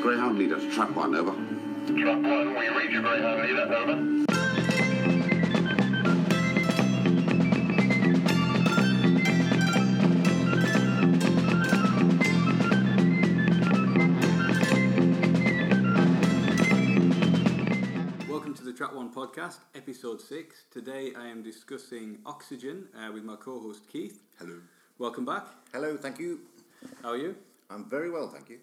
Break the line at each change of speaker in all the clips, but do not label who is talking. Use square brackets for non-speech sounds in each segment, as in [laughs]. Greyhound leader to truck one, over.
Truck one, we reach Greyhound leader, over.
Welcome to the Track One podcast, episode six. Today I am discussing oxygen uh, with my co host Keith.
Hello.
Welcome back.
Hello, thank you.
How are you?
I'm very well, thank you.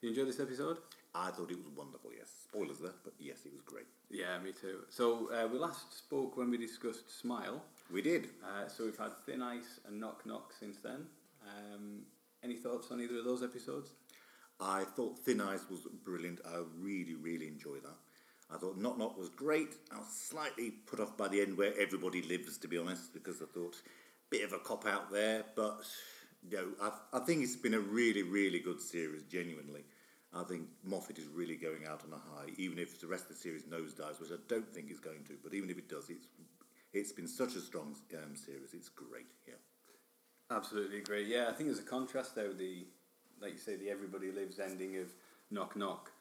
You enjoy this episode?
I thought it was wonderful, yes. Spoilers there, but yes, it was great.
Yeah, me too. So uh, we last spoke when we discussed Smile.
We did.
Uh, so we've had Thin Ice and Knock Knock since then. Um, any thoughts on either of those episodes?
I thought Thin Eyes was brilliant. I really, really enjoyed that. I thought Knock Knock was great. I was slightly put off by the end where everybody lives, to be honest, because I thought bit of a cop out there. But no, I, I think it's been a really, really good series. Genuinely, I think Moffat is really going out on a high, even if the rest of the series nosedives, which I don't think it's going to. But even if it does, it's it's been such a strong um, series. It's great. Yeah.
Absolutely agree. Yeah, I think there's a contrast there with the, like you say, the everybody lives ending of knock knock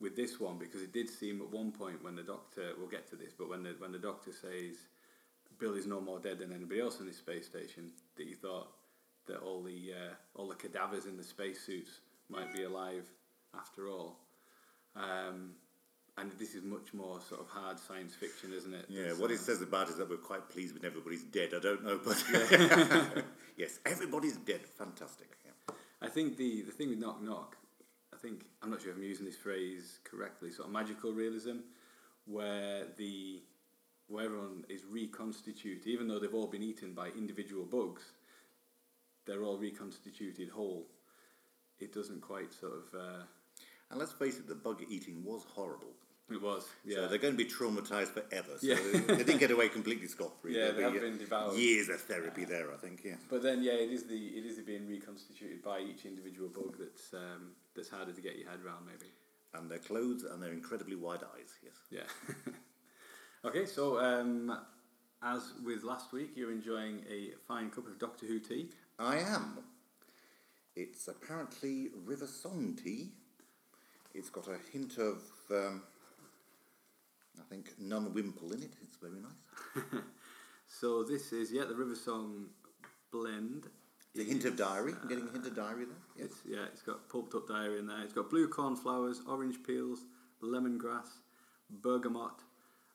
with this one because it did seem at one point when the doctor, we'll get to this, but when the when the doctor says Bill is no more dead than anybody else in this space station, that you thought that all the uh, all the cadavers in the spacesuits might be alive after all. Um, and this is much more sort of hard science fiction, isn't it?
Yeah,
That's,
what
uh,
it says about it is that we're quite pleased when everybody's dead. I don't know, but [laughs] yes, everybody's dead. Fantastic. Yeah.
I think the, the thing with knock knock, I think I'm not sure if I'm using this phrase correctly, sort of magical realism, where the where everyone is reconstituted, even though they've all been eaten by individual bugs, they're all reconstituted whole. It doesn't quite sort of uh,
And let's face it, the bug eating was horrible.
it was yeah
So they're going to be traumatized forever. So
Yeah.
they didn't get away completely scot free.
Yeah, they have been devoured.
Years of therapy there, I think. Yeah.
But then, yeah, it is the it is the being reconstituted by each individual bug that's um, that's harder to get your head around, maybe.
And their clothes and their incredibly wide eyes. Yes.
Yeah. [laughs] okay, so um, as with last week, you're enjoying a fine cup of Doctor Who tea.
I am. It's apparently River Song tea. It's got a hint of, um, I think, non wimple in it. It's very nice.
So this is yeah the River Song blend.
The hint of diary. I'm getting a hint of diary there. Yes.
It's yeah, it's got pulped up diary in there. It's got blue cornflowers, orange peels, lemongrass, bergamot,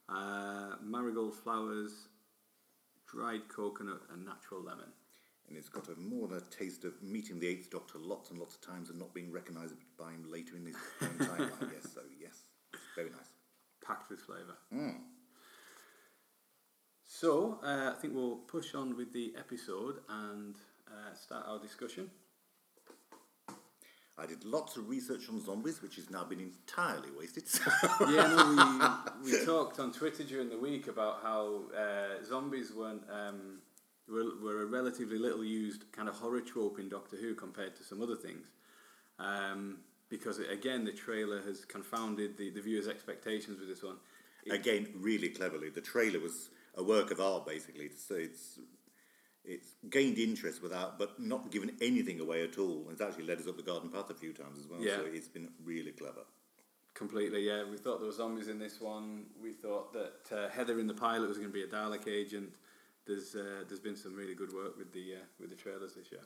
uh, marigold flowers, dried coconut, and natural lemon.
And it's got a more than a taste of meeting the Eighth Doctor lots and lots of times and not being recognised by him later in his [laughs] own timeline. Yes. So yes, it's very nice.
packed with flavour. So uh, I think we'll push on with the episode and uh, start our discussion.
I did lots of research on zombies, which has now been entirely wasted. [laughs] So
Yeah, no, we, we talked on Twitter during the week about how uh, zombies weren't um, were, were a relatively little used kind of horror trope in Doctor Who compared to some other things. Um, because again, the trailer has confounded the, the viewers' expectations with this one.
Again, really cleverly, the trailer was a work of art, basically. So it's it's gained interest without, but not given anything away at all. It's actually led us up the garden path a few times as well.
Yeah.
So it's been really clever.
Completely, yeah. We thought there were zombies in this one. We thought that uh, Heather in the pilot was going to be a Dalek agent. There's uh, there's been some really good work with the uh, with the trailers this year.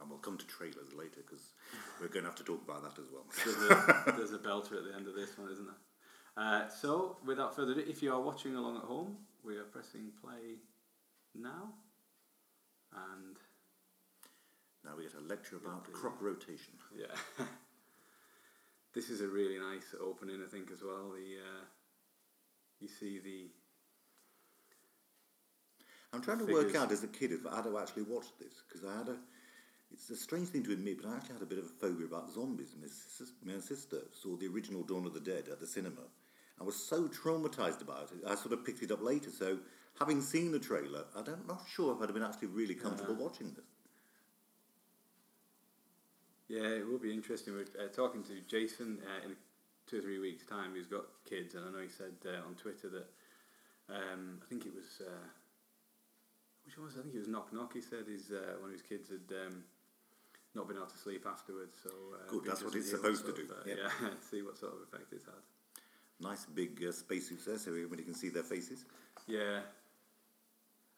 And we'll come to trailers later because we're going to have to talk about that as well. [laughs]
There's a, there's a belter at the end of this one, isn't there? Uh, so, without further ado, if you are watching along at home, we are pressing play now, and
now we get a lecture about crop rotation.
yeah, [laughs] this is a really nice opening, I think, as well. The uh, you see the
I'm trying to work
Figures.
out as a kid if I had to actually watch this because I had a. It's a strange thing to admit, but I actually had a bit of a phobia about zombies. My, sis- my sister saw the original Dawn of the Dead at the cinema. I was so traumatized about it. I sort of picked it up later. So, having seen the trailer, I don't, not sure if I'd have been actually really comfortable watching this.
Yeah, it will be interesting. We're uh, talking to Jason uh, in two or three weeks' time. Who's got kids, and I know he said uh, on Twitter that um, I think it was uh, which one was it? I think it was Knock Knock. He said his uh, one of his kids had um, not been able to sleep afterwards. So uh,
Good,
be
that's what
interested
it's
hear what
supposed to
sort of,
do,
uh,
yeah.
Yeah, [laughs] see what sort of effect it's had.
Nice big uh, spacesuits there, so everybody can see their faces.
Yeah.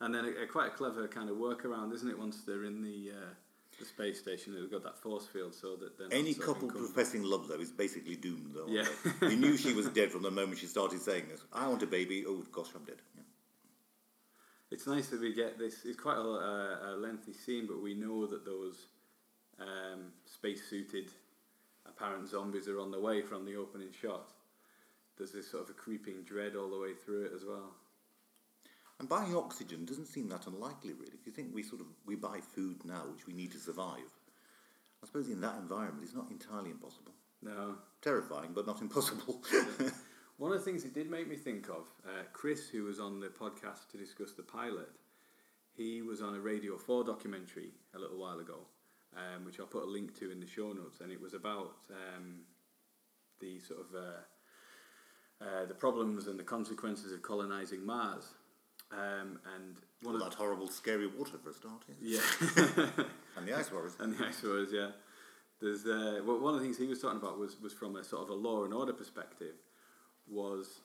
And then a, a quite a clever kind of workaround, isn't it? Once they're in the uh, the space station, they've got that force field, so that they're not
Any
sort of
couple
encumbered.
professing love, though, is basically doomed, though.
Yeah. [laughs]
[laughs] aren't they? you knew she was dead from the moment she started saying this. I want a baby. Oh, gosh, I'm dead. Yeah.
It's nice that we get this. It's quite a, a, a lengthy scene, but we know that those um, space-suited apparent zombies are on the way from the opening shot. There's this sort of a creeping dread all the way through it as well.
And buying oxygen doesn't seem that unlikely, really. If you think we sort of we buy food now, which we need to survive, I suppose in that environment, it's not entirely impossible.
No,
Terrifying, but not impossible. [laughs]
One of the things it did make me think of, uh, Chris, who was on the podcast to discuss the pilot, he was on a Radio 4 documentary a little while ago, um, which I'll put a link to in the show notes, and it was about um, the sort of uh, uh, the problems and the consequences of colonizing Mars. Um, and one
All
of
that horrible, scary water for a start, yes.
yeah. [laughs]
and the ice warriors.
and the [laughs] ice wars, yeah. There's uh, well, one of the things he was talking about was was from a sort of a law and order perspective, was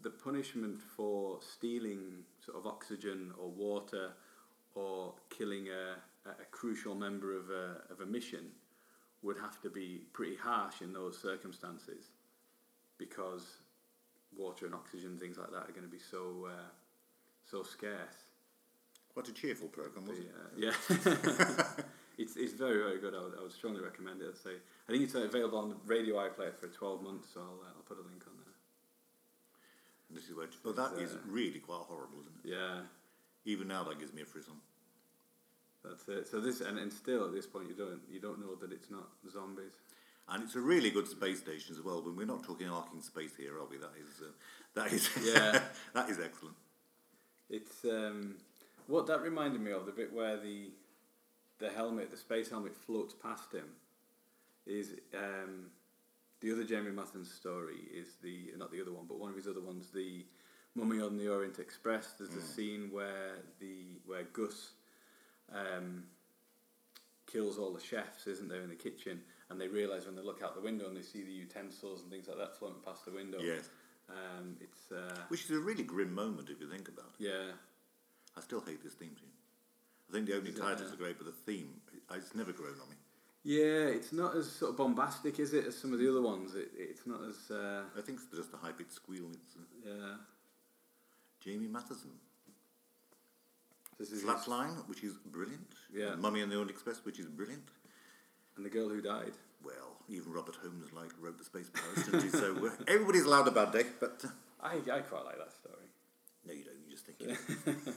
the punishment for stealing sort of oxygen or water or killing a, a a crucial member of a of a mission would have to be pretty harsh in those circumstances, because water and oxygen things like that are going to be so uh, so scarce.
Quite a cheerful program, wasn't it?
Yeah, [laughs] it's it's very very good. I would, I would strongly recommend it. I'd say I think it's available on Radio iPlayer for twelve months. So I'll uh, I'll put a link on there.
This is where, but that is
uh,
really quite horrible, isn't it?
Yeah,
Even now, that gives me a frisson.
that's it. So this and, and still at this point you don't you don't know that it's not zombies.
And it's a really good space station as well. But we're not talking arcing space here, are we? That is, uh, that is, [laughs]
Yeah.
that is excellent.
It's um what that reminded me of the bit where the the helmet the space helmet floats past him is um the other Jeremy Mathens story is the not the other one, but one of his other ones, the Mummy on the Orient Express. There's the scene where the where Gus um, kills all the chefs, isn't there, in the kitchen, and they realise when they look out the window and they see the utensils and things like that floating past the window.
Yes.
um, it's uh,
Which is a really grim moment if you think about it.
yeah,
I still hate this theme tune. I think the opening
that,
titles
uh,
are great, but the theme, it- it's never grown on me.
yeah. It's not as sort of bombastic, is it, as some of the other ones? It, it's not as uh,
I think it's just a high pitched squeal. It's uh,
yeah.
Jamie Matheson.
This is his-
Flatline, which is brilliant.
Yeah.
Mummy and the Orient Express, which is brilliant.
and the girl who died.
Well, even Robert Holmes like wrote the Space [laughs] Pirates, didn't he? So uh, everybody's allowed a bad day, but uh,
I I quite like that story.
no, you don't. You just think.
[laughs]
You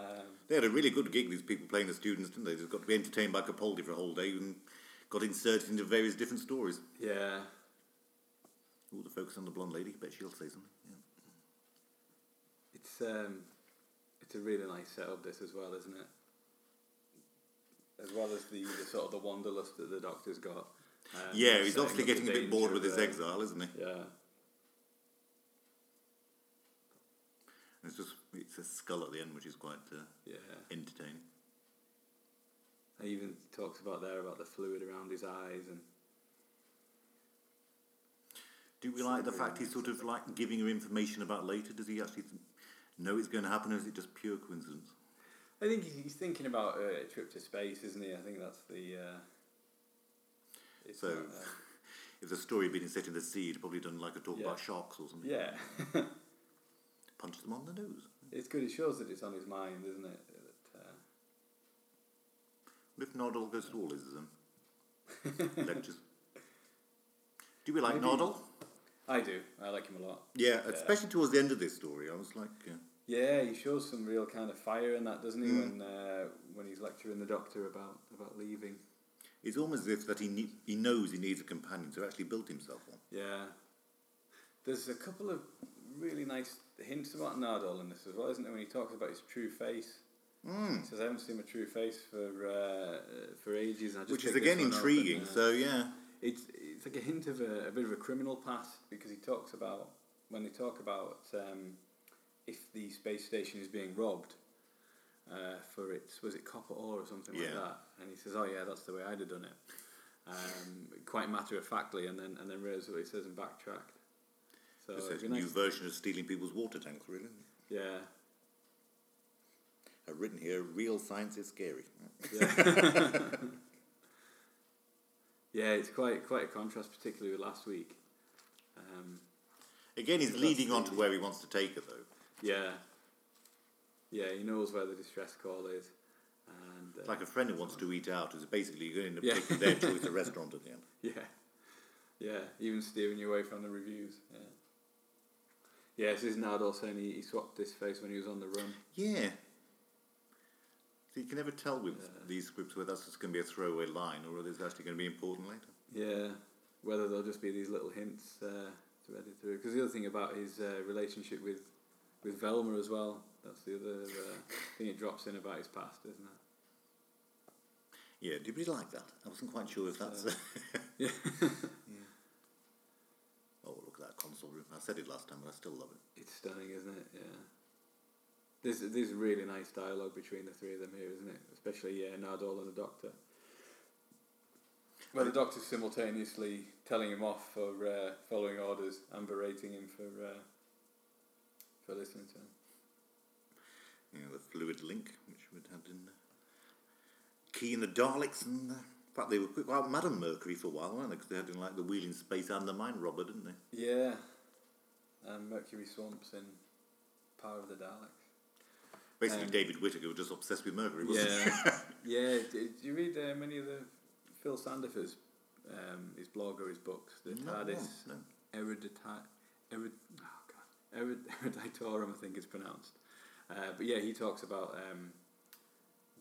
Um,
They had a really good gig. These people playing the students, didn't they? They got to be entertained by Capaldi for a whole day and got inserted into various different stories.
Yeah,
All the focus on the blonde lady. Bet she'll say something. Yeah.
it's um, it's a really nice setup. This as well, isn't it? As well as the, the sort of the wanderlust that the Doctor's got. Um,
Yeah, he's
setting
obviously
up the
getting a bit bored
danger
with his
of, uh,
exile, isn't he?
Yeah,
And It's just it's a skull at the end, which is quite uh,
yeah.
entertaining.
He even talks about there about the fluid around his eyes and
Do we like the fact he's sort of like giving her information about later? Does he actually th- know it's going to happen, or is it just pure coincidence?
I think he's, he's thinking about uh, a trip to space, isn't he? I think that's the. Uh, it's
So-
not, uh,
If the story had been set in the sea, he'd probably done like a talk
Yeah.
about sharks or something.
yeah,
Punch them on the nose.
it's good. It shows that it's on his mind, isn't it? That, uh,
Well, If Noddle goes to all his [laughs] um, lectures. Do we like
Maybe-
Noddle?
I do. I like him a lot.
Yeah, especially towards the end of this story. I was like, uh,
Yeah, he shows some real kind of fire in that, doesn't he?
Hmm.
When uh, when he's lecturing the doctor about about leaving.
it's almost as if that he ne- he knows he needs a companion, so actually built himself one.
Yeah, there's a couple of really nice hints about Nardole in this as well, isn't there? When he talks about his true face,
Hmm.
mm. he says, "I haven't seen my true face for uh, for ages," and I just
Which is
picked this
again
one up
intriguing.
and, uh,
So yeah,
it's it's like a hint of a, a bit of a criminal past because he talks about when they talk about um, if the space station is being robbed, uh, for its was it copper ore or something like
Yeah.
that, and he says, "Oh yeah, that's the way I'd have done it." Um, quite matter of factly, and then and then realised what he says and backtracked. So
It's
it'd
a
be
new
nice-
version of stealing people's water tanks, really.
yeah,
I've written here, real science is scary.
[laughs] yeah, it's quite quite a contrast, particularly with last week. Um,
[laughs] Again, he's leading on to where he wants to take her, though.
yeah, yeah, he knows where the distress call is, and uh,
It's like a friend who wants to eat out. It's basically you're going to
Yeah.
pick their choice of restaurant at the end.
[laughs] Yeah, yeah. Even steering you away from the reviews. Yeah. Yeah, this is Nadal saying he, he swapped his face when he was on the run.
Yeah. So you can never tell with these scripts whether that's just going to be a throwaway line or whether it's actually going to be important later.
Yeah, whether there'll just be these little hints uh, threaded through. Because the other thing about his uh, relationship with with Velma as well, that's the other uh, thing it drops in about his past, isn't it?
Yeah, do you really like that? I wasn't quite sure if that's.
Yeah.
[laughs] oh, look at that console room. I said it last time, but I still love it.
It's stunning, isn't it? Yeah. There's, there's really nice dialogue between the three of them here, isn't it? Especially yeah, Nardole and the Doctor. Well, the Doctor's simultaneously telling him off for uh, following orders and berating him for uh, for listening to him.
You know, the fluid link, which we'd had in. Uh, Key and the Daleks and. Uh, in fact, they were quite well, Madame Mercury for a while, weren't they? Because they had in like the Wheeling Space and the Mind Robber, didn't they?
Yeah, and Mercury swamps in Power of the Daleks.
Basically,
Um,
David Whittaker was just obsessed with Mercury, wasn't he?
Yeah, [laughs] yeah. Did you read uh, many of the Phil Sandifer's um, his blog or his books? The
[laughs] No,
TARDIS
no, no.
Erudita- Erud- oh God, Erud- [laughs] eruditorum, I think it's pronounced. Uh, but yeah, he talks about um,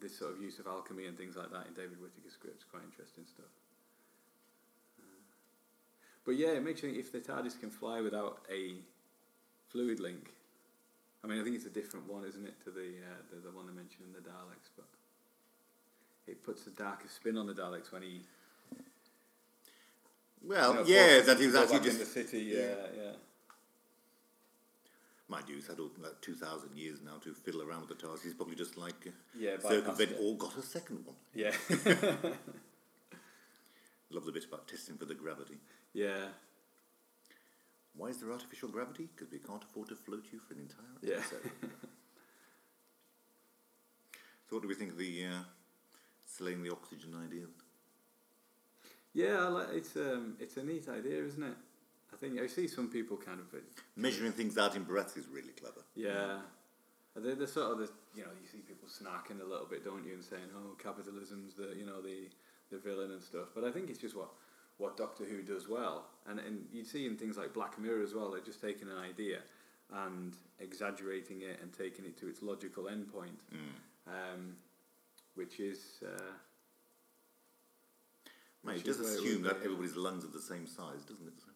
this sort of use of alchemy and things like that in David Whittaker's scripts. Quite interesting stuff. Uh, But yeah, it makes you think if the TARDIS can fly without a fluid link. I mean, I think it's a different one, isn't it, to the uh, the, the one I mentioned in the Daleks, but it puts a darker spin on the Daleks when he
Well,
you know,
Oh, yeah,
forces
that
him to
he was
go
actually
back
just
in the city. Yeah,
yeah.
yeah,
Mind you, he's had all, like 2,000 years now to fiddle around with the TARDIS. He's probably just like uh,
Yeah, bypassed
circumvent
it.
or got a second one.
yeah, [laughs]
Love the bit about testing for the gravity.
yeah,
Why is there artificial gravity? Because we can't afford to float you for an entire
Yeah. [laughs]
episode. so, what do we think of the uh, selling the oxygen idea?
yeah. I like, it's um, it's a neat idea, isn't it? I think I see some people kind of uh,
Measuring things out in breaths is really clever.
Yeah. They're, they're sort of the, you know, you see people snarking a little bit, don't you, and saying, oh, capitalism's the, you know, the, the villain and stuff. But I think it's just what, what Doctor Who does well. And, and you see in things like Black Mirror as well, they're just taking an idea and exaggerating it and taking it to its logical endpoint, um, which is, uh,
Mate, it
Which is
does
where it
assume
would
that
be, yeah.
everybody's lungs are the same size, doesn't it? So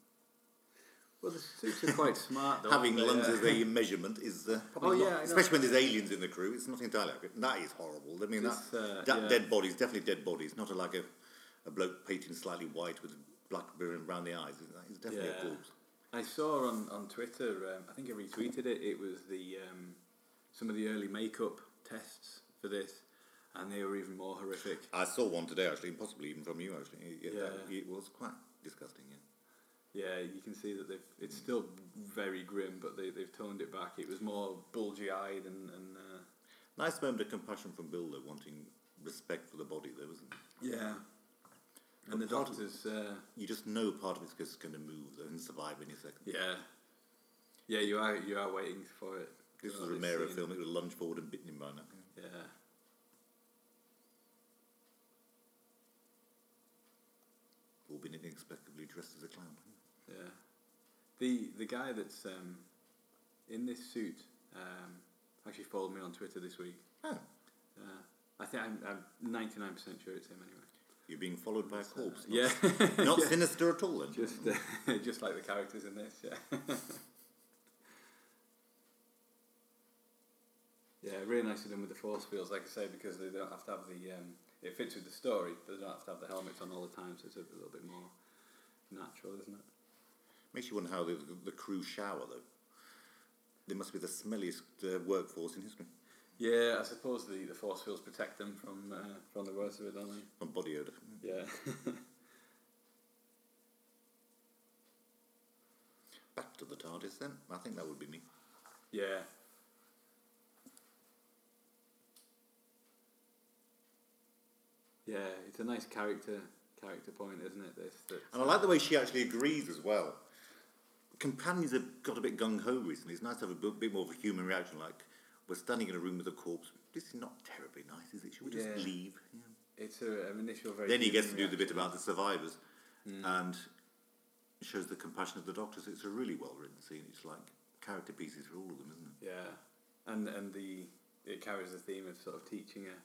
well, the suits are quite [laughs] smart. though, uh,
Having
aren't they?
lungs
Yeah. [laughs]
as a measurement is uh, probably
Oh, yeah,
not-
I know.
especially when there's aliens in the crew. It's not entirely accurate. That is horrible. I mean,
This,
that,
uh,
that
yeah.
dead body's definitely dead bodies. Not a, like a, a bloke painted slightly white with black beard and round the eyes. Isn't that? It's definitely a corpse.
I saw on, on Twitter, um, I think I retweeted it, it was the um, some of the early makeup tests for this, and they were even more horrific.
I saw one today actually, and possibly even from you actually. Yeah, that-
Yeah.
it was quite disgusting. Yeah.
Yeah, you can see that they've, it's still very grim, but they, they've toned it back. It was more bulgy eyed and. and uh,
Nice moment of compassion from Bill though, wanting respect for the body though, isn't it?
yeah. And the
part of-
doctors. Uh,
You just know part of it's just going to move though and survive any second.
yeah. Yeah, you are, you are waiting for it.
This was
Oh,
a
they've
Romero
seen-
film. It would have lunged forward and bitten him by now.
Yeah.
Or been inexplicably dressed as a clown.
Yeah. The the guy that's um, in this suit um, actually followed me on Twitter this week.
Oh,
Uh, I think I'm, I'm 99% sure it's him anyway.
you're being followed by a corpse. Not,
uh, Yeah,
not sinister at all
[laughs]
then.
just uh, [laughs] just like the characters in this. Yeah. [laughs] yeah, really nicely done with the force fields, like I say, because they don't have to have the. Um, it fits with the story, but they don't have to have the helmets on all the time, so it's a little bit more natural, isn't it?
Makes you wonder how the, the crew shower, though. They must be the smelliest uh, workforce in history.
Yeah, I suppose the, the force fields protect them from uh, from the worst of it, don't they?
From Body Odor.
Yeah.
Back to the TARDIS then. I think that would be me.
[laughs] yeah. Yeah, it's a nice character character point, isn't it? This that
And I like the way she actually agrees as well. Companions have got a bit gung ho recently. It's nice to have a bu- bit more of a human reaction. Like, we're standing in a room with a corpse. This is not terribly nice, is it? Should we just
Yeah.
leave? Yeah.
it's a, an initial very.
Then he
human
gets to do the bit
reaction.
about the survivors and shows the compassion of the doctors. It's a really well written scene. It's like character pieces for all of them, isn't it?
Yeah, and and the it carries the theme of sort of teaching her.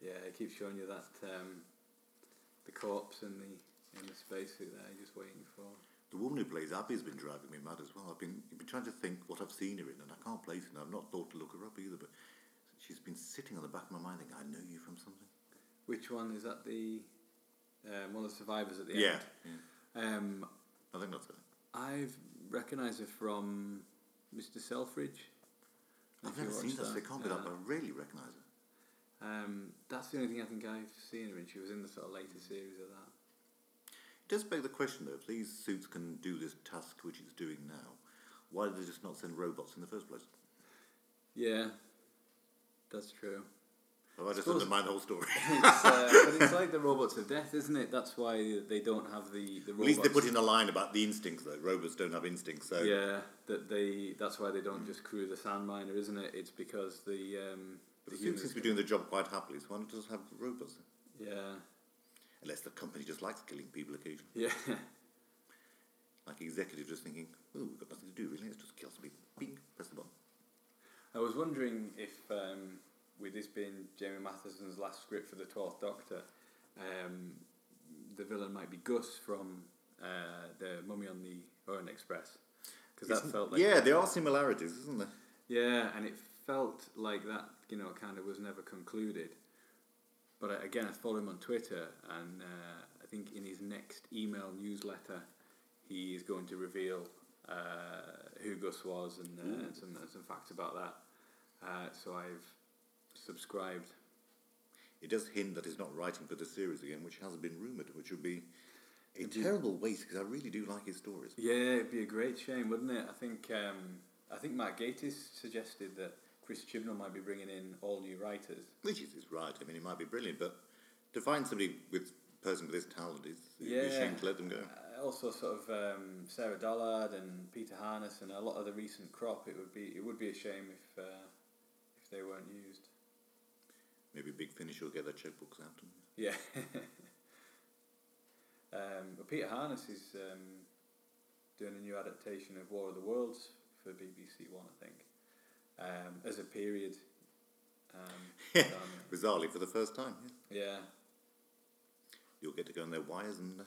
Yeah, it keeps showing you that um, the corpse in the in the spacesuit there, you're just waiting for.
The woman who plays Abby's been driving me mad as well. I've been, I've been trying to think what I've seen her in, and I can't place her. and I've not thought to look her up either, but she's been sitting on the back of my mind thinking, I know you from something.
Which one is that? The um, one of the survivors at the
Yeah.
end. Um,
I think that's it.
I've recognised her from Mr. Selfridge.
I've
If you
never seen
watch
that, so it can't be that,
uh,
but I really recognise her.
Um, that's the only thing I think I've seen her in. She was in the sort of later series of that.
It does beg the question, though, if these suits can do this task which it's doing now, why did they just not send robots in the first place?
Yeah, that's true.
Have I just
Suppose-
undermined the whole story?
[laughs] It's, uh, but it's like the robots of death, isn't it? That's why they don't have the the robots.
At least they put in a line about the instincts, though. Robots don't have instincts, so
Yeah, that they. That's why they don't just crew the sand miner, isn't it? It's because the um,
the
the
suit
humans.
seems to be doing the job quite happily, so why not just have robots?
yeah,
Unless the company just likes killing people occasionally.
yeah, [laughs]
Like executives just thinking, oh, we've got nothing to do, really, let's just kill some people. Bing, press the button.
I was wondering if, um, with this being Jamie Matheson's last script for the Twelfth Doctor, um, the villain might be Gus from uh, the Mummy on the Orient Express, because that
Isn't-
felt like
yeah, there are similarities, isn't there?
yeah, and it felt like that you know kind of was never concluded. But I, again, I follow him on Twitter, and uh, I think in his next email newsletter, he is going to reveal uh, who Gus was and, uh, and some and some facts about that. Uh, so I've subscribed.
It does hint that he's not writing for the series again, which has been rumoured, which would be a terrible waste because I really do like his stories.
Yeah, it'd be a great shame, wouldn't it? I think um, I think Matt Gatiss suggested that Chris Chibnall might be bringing in all new writers.
Which is, is right. I mean, he might be brilliant, but to find somebody with person with this talent is it'd be a shame
Yeah.
to let them go.
Uh, also sort of um, Sarah Dollard and Peter Harness and a lot of the recent crop. It would be it would be a shame if uh, if they weren't used.
Maybe Big Finish will get their checkbooks out. And,
Yeah. [laughs] um, but Peter Harness is um, doing a new adaptation of War of the Worlds for BBC One, I think, um, as a period. Um, drama.
bizarrely, for the first time, yeah.
yeah.
you'll get to go on their wires and. Uh,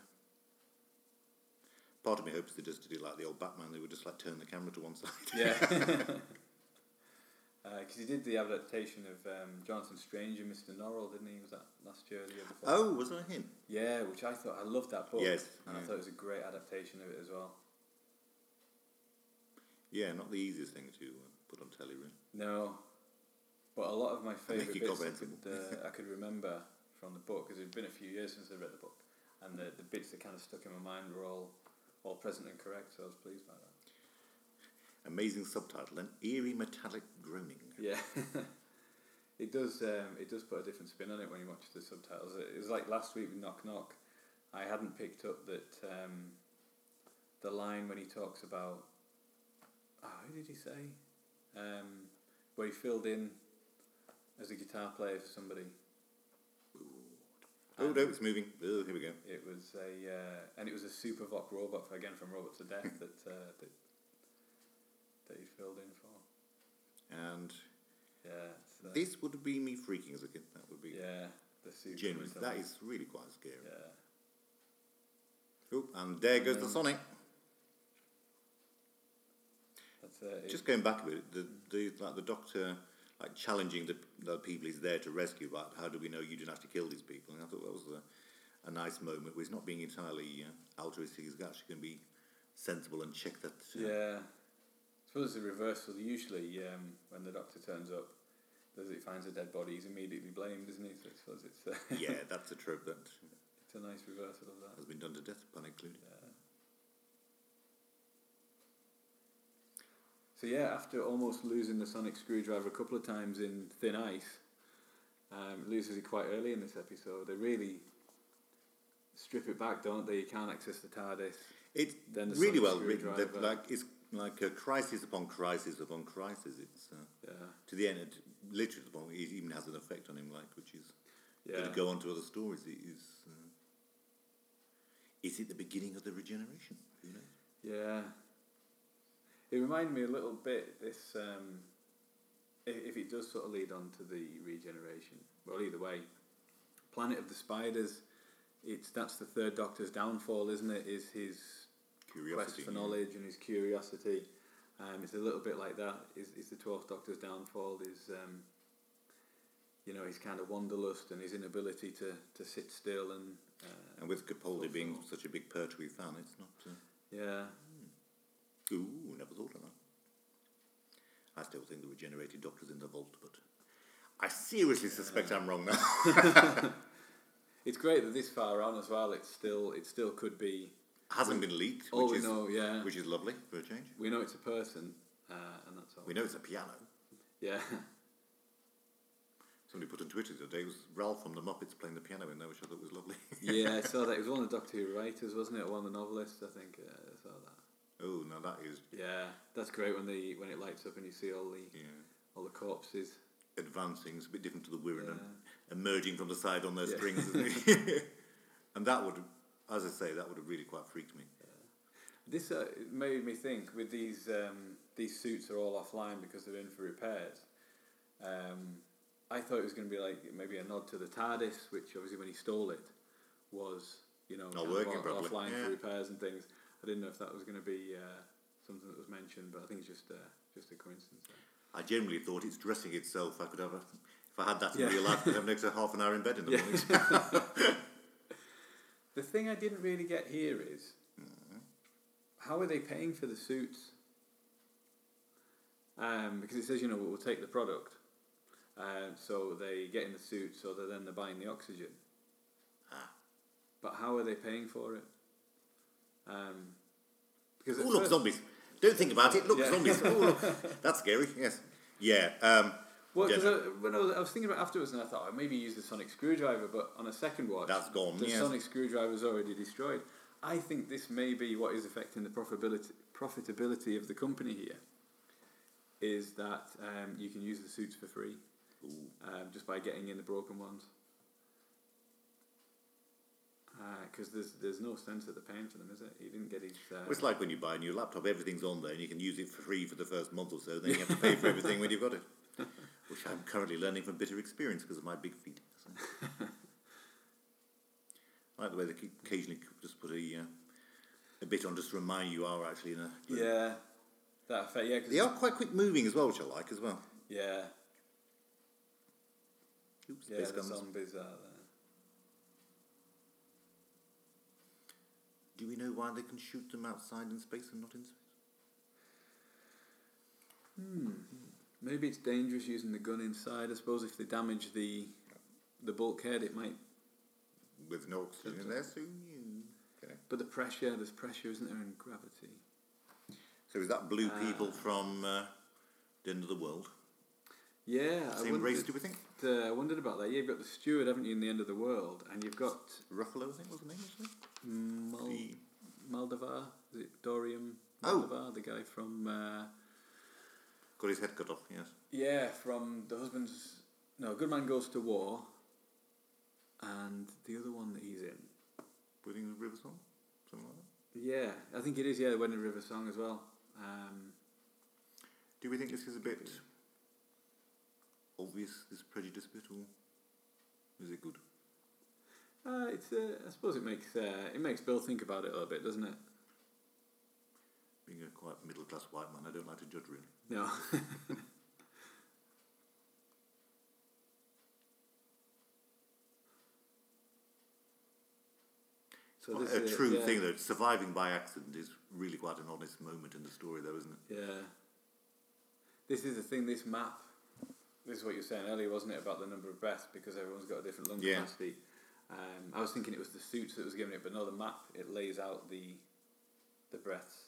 part of me hopes they just do like the old Batman. They would just like turn the camera to one [laughs] side.
Yeah. [laughs] Because he did the adaptation of um, Jonathan Strange and Mr. Norrell, didn't he? Was that last year or the year before?
oh, was that him?
Yeah, which I thought I loved that book.
Yes,
and I
yeah.
thought it was a great adaptation of it as well.
Yeah, not the easiest thing to uh, put on telly, really.
No, but a lot of my favourite
it
bits I
comprehensible.
could, uh, I could remember from the book because it's been a few years since I read the book, and the, the bits that kind of stuck in my mind were all all present and correct. So I was pleased by that.
Amazing subtitle: an eerie metallic groaning.
Yeah. [laughs] It does. Um, it does put a different spin on it when you watch the subtitles. It, it was like last week with Knock Knock. I hadn't picked up that um, the line when he talks about. Oh, who did he say? Um, where he filled in as a guitar player for somebody.
Oh no, it's moving. Oh, here we go.
It was a uh, and it was a super Supervoc robot again from Robot to Death
[laughs]
that uh, that that he filled in for.
And
Yeah. it's, uh,
this would be me freaking as a kid. That would be
yeah. The super.
Genuinely,
metal.
that is really quite scary.
Yeah.
Oop, and there goes the
Um,
Sonic.
That's uh, it.
Just going back a bit, the, the like the Doctor like challenging the, the people he's there to rescue about how do we know you didn't have to kill these people? And I thought that was a, a nice moment where he's not being entirely uh, altruistic. He's actually going to be sensible and check that. uh,
Yeah. I suppose the reversal, usually um, when the doctor turns up, does it finds a dead body, he's immediately blamed, isn't he? So I suppose it's, uh,
[laughs] yeah, that's a trope that
[laughs] it's a nice reversal of that.
has been done to death, pun included.
So yeah, after almost losing the sonic screwdriver a couple of times in Thin Ice, um, loses it quite early in this episode. They really strip it back, don't they? You can't access the TARDIS.
It's
Then the
really
sonic
well written. They've
screwdriver.
Like it's like a crisis upon crisis upon crisis. It's uh,
Yeah,
to the end, it, literally to the point, where it even has an effect on him, like which is
yeah.
going to go on to other stories. It is. Uh, is it the beginning of the regeneration? Who knows?
Yeah. It reminded me a little bit this um, i- if it does sort of lead on to the regeneration. Well, either way, Planet of the Spiders. It's that's the third Doctor's downfall, isn't it? Is his
Curiosity.
quest for knowledge and his curiosity. Um, it's a little bit like that. Is is the Twelfth Doctor's downfall? Is um, you know his kind of wanderlust and his inability to, to sit still and uh,
And with Capaldi being such a big Pertwee fan, it's not. Uh,
yeah
ooh, never thought of that. I still think there were generated doctors in the vault, but I seriously suspect I'm wrong now.
It's great that this far on as well. It's still it still could be.
[laughs] Hasn't been leaked,
Oh,
which
we
is
know, yeah.
which is lovely for a change.
We know it's a person, uh, and that's all.
We know it's a piano. [laughs]
Yeah,
Somebody put on Twitter today it was Ralph from the Muppets playing the piano in there, which I thought was lovely.
yeah. I saw that. It was one of the Doctor Who writers, wasn't it? One of the novelists, I think. Uh, I saw that.
[laughs] oh, now that is
Yeah, that's great when the when it lights up and you see all the
yeah,
all the corpses.
advancing. It's a bit different to the Wirren and
Yeah.
emerging from the side on their
Yeah.
strings.
[laughs]
Isn't it? [laughs] and that would, as I say, that would have really quite freaked me.
This uh, it made me think. With these um, these suits are all offline because they're in for repairs. Um, I thought it was going to be like maybe a nod to the TARDIS, which obviously when he stole it was you know kind of
working
off-
properly.
offline
Yeah.
for repairs and things. I didn't know if that was going to be uh, something that was mentioned, but I think it's just uh, just a coincidence. there.
I generally thought it's dressing itself. I could have, a, if I had that in
Yeah.
real life, I'd have an extra half an hour in bed in the
Yeah.
morning.
The thing I didn't really get here is how are they paying for the suits? Um, because it says, you know, we'll take the product. Uh, so they get in the suit, so they're then they're buying the oxygen.
Ah.
But how are they paying for it? Um, because at
Oh, look,
first-
zombies. Don't think about it. Look,
Yeah.
zombies. Oh,
[laughs]
look. That's scary. Yes. Yeah. Um,
Well,
yeah,
'cause
no,
I, when I was, I was thinking about it afterwards, and I thought, oh, maybe use the sonic screwdriver, but on a second watch,
That's gone,
The
yes.
sonic screwdriver's already destroyed. I think this may be what is affecting the profitability profitability of the company here. Is that um, you can use the suits for free, um, just by getting in the broken ones. Because Uh, there's there's no sense that they're paying for them, is it? He didn't get his. Uh,
it's like when you buy a new laptop, everything's on there and you can use it for free for the first month or so, then you have to pay for everything when
[laughs]
you've got it. Which I'm currently learning from bitter experience because of my big
[laughs]
feet. I like the way they keep- occasionally just put a, uh, a bit on just to remind you are actually in a.
yeah, that effect. Yeah, 'cause-
They are quite quick moving as well, which I like as well.
yeah,
Oops,
yeah.
space
the
guns.
zombies are there.
Do we know why they can shoot them outside in space and not in space?
Maybe it's dangerous using the gun inside. I suppose if they damage the the bulkhead, it might.
With no oxygen in there, so you. Okay.
But the pressure, there's pressure, isn't there, in gravity?
So is that blue
Ah.
people from uh, the end of the world?
Yeah, I
Same
wondered,
race, do we think?
uh, I wondered about that. Yeah, you've got the steward, haven't you, in the end of the world, and you've got
Ruffalo, I think was the name. Wasn't it?
Mal-
The-
Maldavar. Is it Dorian
Oh.
Maldavar, the guy from? Uh,
Got his head cut off. Yes.
yeah, from the husband's. No, Good Man Goes to War, and the other one that he's in.
Winning the river song, something like that.
Yeah, I think it is. Yeah, the Wedding River song as well. Um,
Do we think this is a bit obvious? This prejudice bit, or is it good?
Uh, it's uh, I suppose it makes uh, it makes Bill think about it a little bit, doesn't it?
Being a quite middle class white man, I don't like to judge really.
No. [laughs]
It's
So
Quite
this
a
is
true
yeah.
thing, though. Surviving by accident is really quite an honest moment in the story, though, isn't it?
Yeah. This is the thing, this map, this is what you were saying earlier, wasn't it, about the number of breaths because everyone's got a different lung
Yeah.
capacity. Um, I was thinking it was the suits that was giving it, but no, the map, it lays out the the breaths.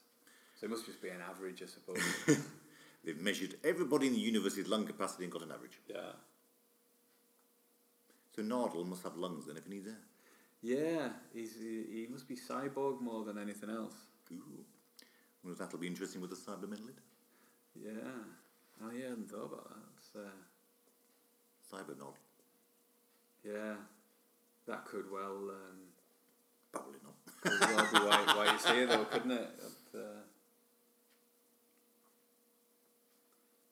So it must just be an average, I suppose.
They've measured everybody in the universe's lung capacity and got an average.
yeah.
So Nardal must have lungs then if he needs air.
Yeah, he's, he, he must be cyborg more than anything else.
Ooh. Well, that'll be interesting with the Cybermen leader.
Yeah. Oh, yeah, I hadn't thought about that. It's, uh,
Cyber Nardal.
yeah. That could well, um,
Probably not.
could well be why, why you say it, though, couldn't it? But, uh,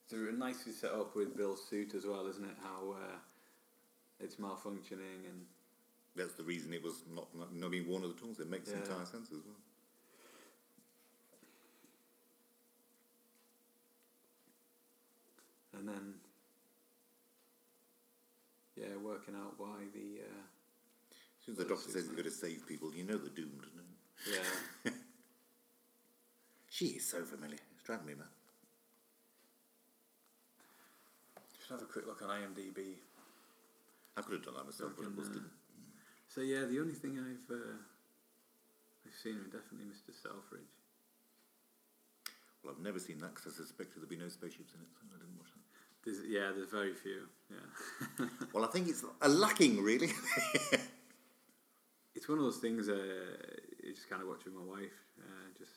so it's nicely set up with Bill's suit as well, isn't it? How uh, it's malfunctioning and
That's the reason it was not, not, not being worn at the tongs. It makes
Yeah.
entire sense as well.
and then yeah, working out why the uh,
As soon as the
Well,
doctor
it's-
says you've got to save people, you know they're doomed. Don't you?
yeah.
She is so familiar. It's driving me mad.
Should have a quick look on IMDb.
I could have done that myself, but I
Fucking,
must
uh,
didn't.
So yeah, the only thing I've uh, I've seen him in definitely Mr. Selfridge.
Well, I've never seen that because I suspected there'd be no spaceships in it, so I didn't watch that.
There's, yeah, there's very few. Yeah, [laughs]
Well, I think it's a lacking, really. [laughs]
it's one of those things. Uh, I just kind of watch with my wife, uh, just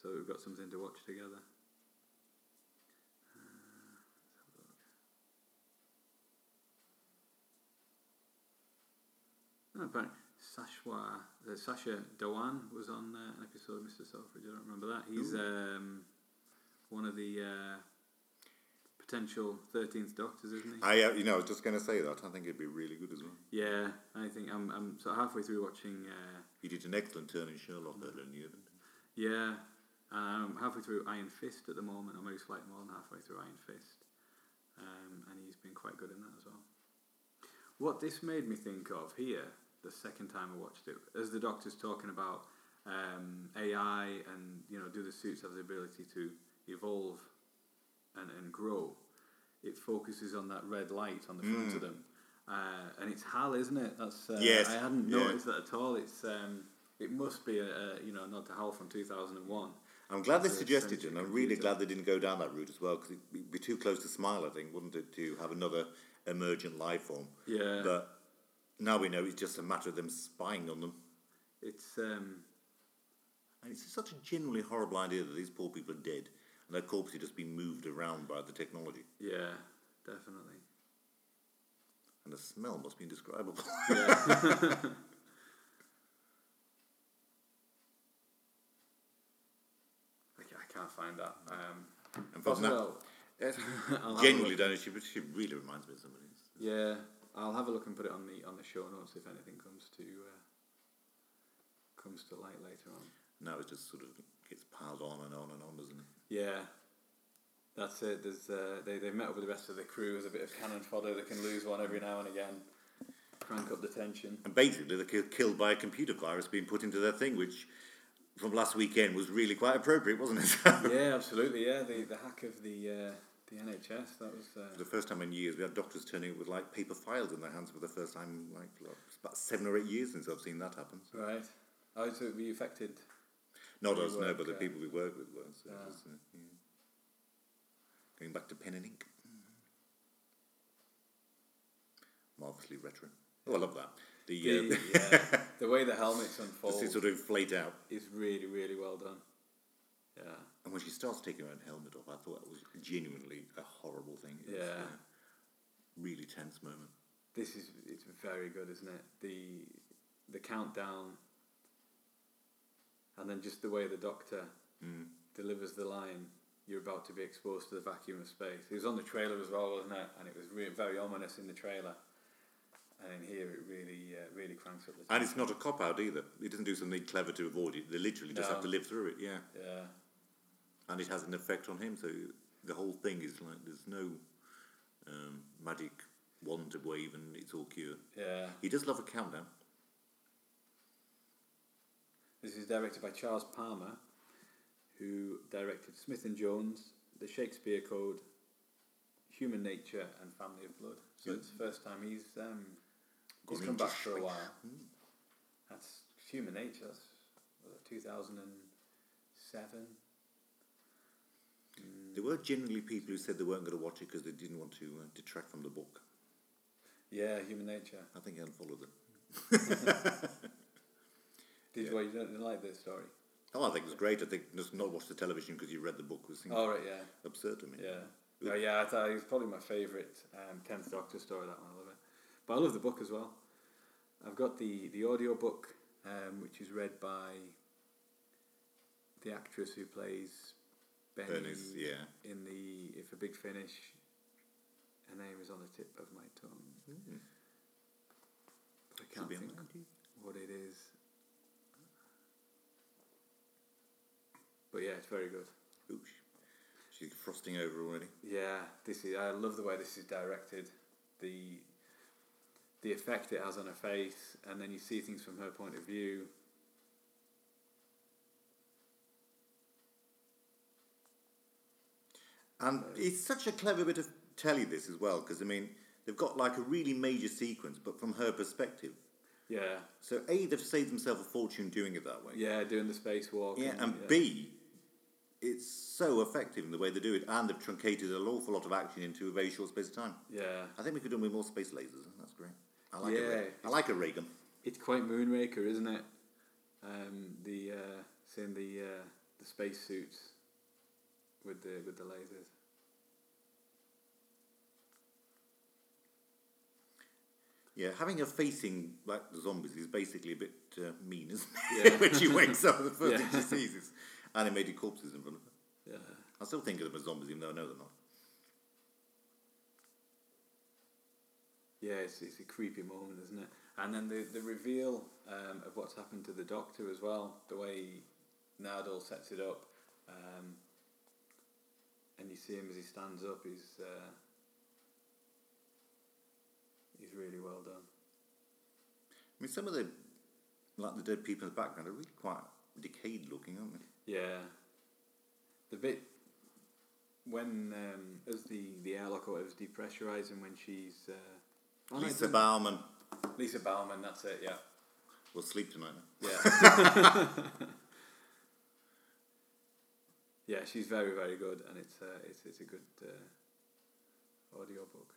so we've got something to watch together. Uh, let's have a look. Oh, apparently Sashwa, uh, Sasha Dewan was on uh, an episode of Mr. Selfridge. I don't remember that. He's um, one of the uh, potential 13th Doctors, isn't he?
I, uh, you know, I was just going to say that. I think it'd be really good as well.
Yeah, I think I'm I'm sort of halfway through watching. Uh,
He did an excellent turn in Sherlock earlier in the year. didn't he?
yeah, um, halfway through Iron Fist at the moment. I'm most likely more than halfway through Iron Fist, um, and he's been quite good in that as well. What this made me think of here, the second time I watched it, as the doctor's talking about um, AI and you know, do the suits have the ability to evolve and, and grow? It focuses on that red light on the front of them, uh, and it's Hal, isn't it? That's uh,
Hmm. Yes,
I hadn't
yeah.
noticed that at all. It's um, it must be a, a you know a nod to Hal from two thousand and one.
I'm glad they
So it's
suggested it,
centric
and I'm really
computer.
glad they didn't go down that route as well, because it'd be too close to Smile, I think, wouldn't it, to have another emergent life form?
Yeah.
But now we know it's just a matter of them spying on them.
It's um,
And it's such a generally horrible idea that these poor people are dead and their corpses are just being moved around by the technology.
yeah, definitely.
And the smell must be indescribable. [laughs]
I, ca- I can't find that. Um,
and from that,
Boswell. [laughs] I'll have a
genuinely
look.
done it. She, she really reminds me of somebody. else.
Yeah, I'll have a look and put it on the on the show notes if anything comes to uh, comes to light later on.
Now it just sort of gets piled on and on and on, doesn't it?
Yeah, that's it. There's uh, they they met up with the rest of the crew as a bit of cannon fodder. They can lose one every now and again. Crank up the tension.
And basically, they're ki- killed by a computer virus being put into their thing, which from last weekend was really quite appropriate, wasn't it? [laughs]
Yeah, absolutely. Yeah, the the hack of the uh, the NHS. That was uh,
The first time in years, we had doctors turning up with like paper files in their hands for the first time, like, like about seven or eight years since I've seen that happen. So
right. Oh, so we affected.
Not
We
us, no,
work,
but the
uh,
people we work with were. So it
Ah.
was, uh, yeah. Going back to pen and ink. Marvellously retro. Oh, I love that. [laughs] The, uh,
The, yeah, the way the helmets
just
unfold
sort of inflate out.
is really, really well done. Yeah.
And when she starts taking her own helmet off, I thought that was genuinely a horrible thing. It was,
Yeah.
uh, really tense moment.
This is it's very good, isn't it? The the countdown, and then just the way the Doctor delivers the line. You're about to be exposed to the vacuum of space. It was on the trailer as well, wasn't it? And it was re- very ominous in the trailer. And in here, it really, uh, really cranks up the.
And it's not a cop out either. It doesn't do something clever to avoid it. They literally just have
No.
to live through it, yeah.
yeah.
and it has an effect on him. So the whole thing is like there's no um, magic wand to wave and it's all cured.
Yeah.
He does love a countdown.
This is directed by Charles Palmer, who directed Smith and Jones, The Shakespeare Code, Human Nature, and Family of Blood. So it's the first time he's um, he's
Gone
come
into
back for a
swing.
while. That's Human Nature. That's two thousand and seven. Mm.
There were generally people who said they weren't going to watch it because they didn't want to uh, detract from the book.
Yeah, Human Nature.
I think I unfollowed them.
Did you? Well, you don't like this story.
Oh, I think it was great. I think just not watch the television because you read the book was
All right. Yeah.
absurd to me.
Oh. Yeah. No, yeah, I thought it was probably my favourite um, Tenth Doctor story. That one, I love it. But I love the book as well. I've got the the audio book, um, which is read by the actress who plays Benny
Bernice, yeah.
in the If a Big Finish. Her name is on the tip of my tongue. But I
Should
can't
be
think
on there.
what it is. But yeah, it's very good.
Oosh. She's frosting over already.
Yeah, this is. I love the way this is directed. The the effect it has on her face, and then you see things from her point of view.
And it's such a clever bit of telly this as well because I mean they've got like a really major sequence, but from her perspective.
Yeah,
So A, they've saved themselves a fortune doing it that way.
yeah, doing the spacewalk.
Yeah, and B, it's so effective in the way they do it, and they've truncated an awful lot of action into a very short space of time.
Yeah,
I think we could do with more space lasers. That's great. I like a Reagan.
Yeah.
I like a Reagan.
it's quite Moonraker, isn't it? Um, the uh, seeing the uh, the spacesuits with the with the lasers.
Yeah, having her facing like the zombies is basically a bit uh, mean, isn't it?
Yeah.
[laughs] when she wakes up, the first
Yeah.
thing she sees is animated corpses in front of her.
Yeah.
I still think of them as zombies, even though I know they're not.
Yeah, it's, it's a creepy moment, isn't it? And then the, the reveal um, of what's happened to the Doctor as well, the way Nardole sets it up, um, and you see him as he stands up, he's, uh, he's really well done.
I mean, some of the like the dead people in the background are really quite decayed looking, aren't they?
Yeah. The bit when, um, as the, the airlock or whatever's depressurising when she's. Uh, oh, no, it
Lisa
doesn't-
Bauman
Lisa Bauman, that's it, yeah.
will sleep tonight.
Yeah. [laughs] yeah, she's very, very good, and it's uh, it's it's a good uh, audio book.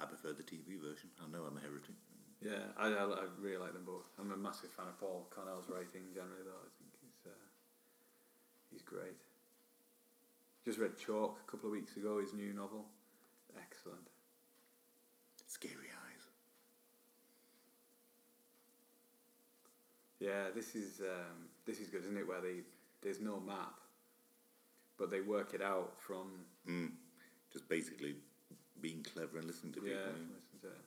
I prefer the TV version. I know I'm a heretic.
Yeah, I, I I really like them both. I'm a massive fan of Paul Connell's writing generally, though. I think he's uh, he's great. Just read Chalk a couple of weeks ago, his new novel. Excellent.
Scary eyes.
Yeah, this is um, this is good, isn't it? Where they there's no map, but they work it out from
Hmm. Just basically being clever and listening to people.
Yeah,
yeah.
listen to it.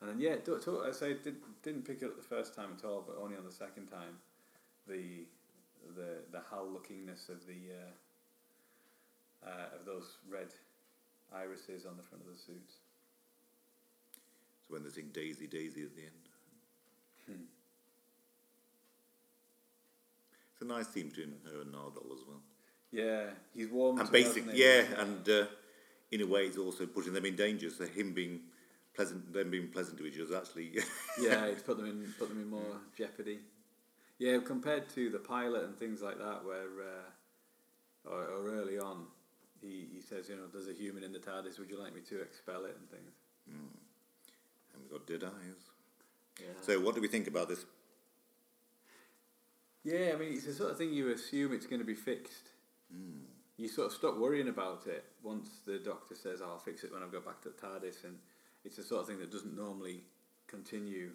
And then yeah, do, do, I say did, didn't pick it up the first time at all, but only on the second time, the the the hal lookingness of the uh, uh, of those red irises on the front of the suits.
So when they sing Daisy Daisy at the end.
Hmm.
It's a nice theme between her and Nardole as well.
Yeah, he's warm. to
And
her,
basic,
isn't he?
yeah, and uh, in a way, it's also putting them in danger. So him being pleasant, them being pleasant to each other, is actually, [laughs]
yeah, he's put them in put them in more jeopardy. Yeah, compared to the pilot and things like that, where uh, or, or early on, he, he says, you know, there's a human in the TARDIS. Would you like me to expel it and things?
and we've got dead eyes.
Yeah.
So what do we think about this?
Yeah, I mean, it's the sort of thing you assume it's going to be fixed. You sort of stop worrying about it once the doctor says, "I'll fix it when I go back to TARDIS," and it's the sort of thing that doesn't normally continue.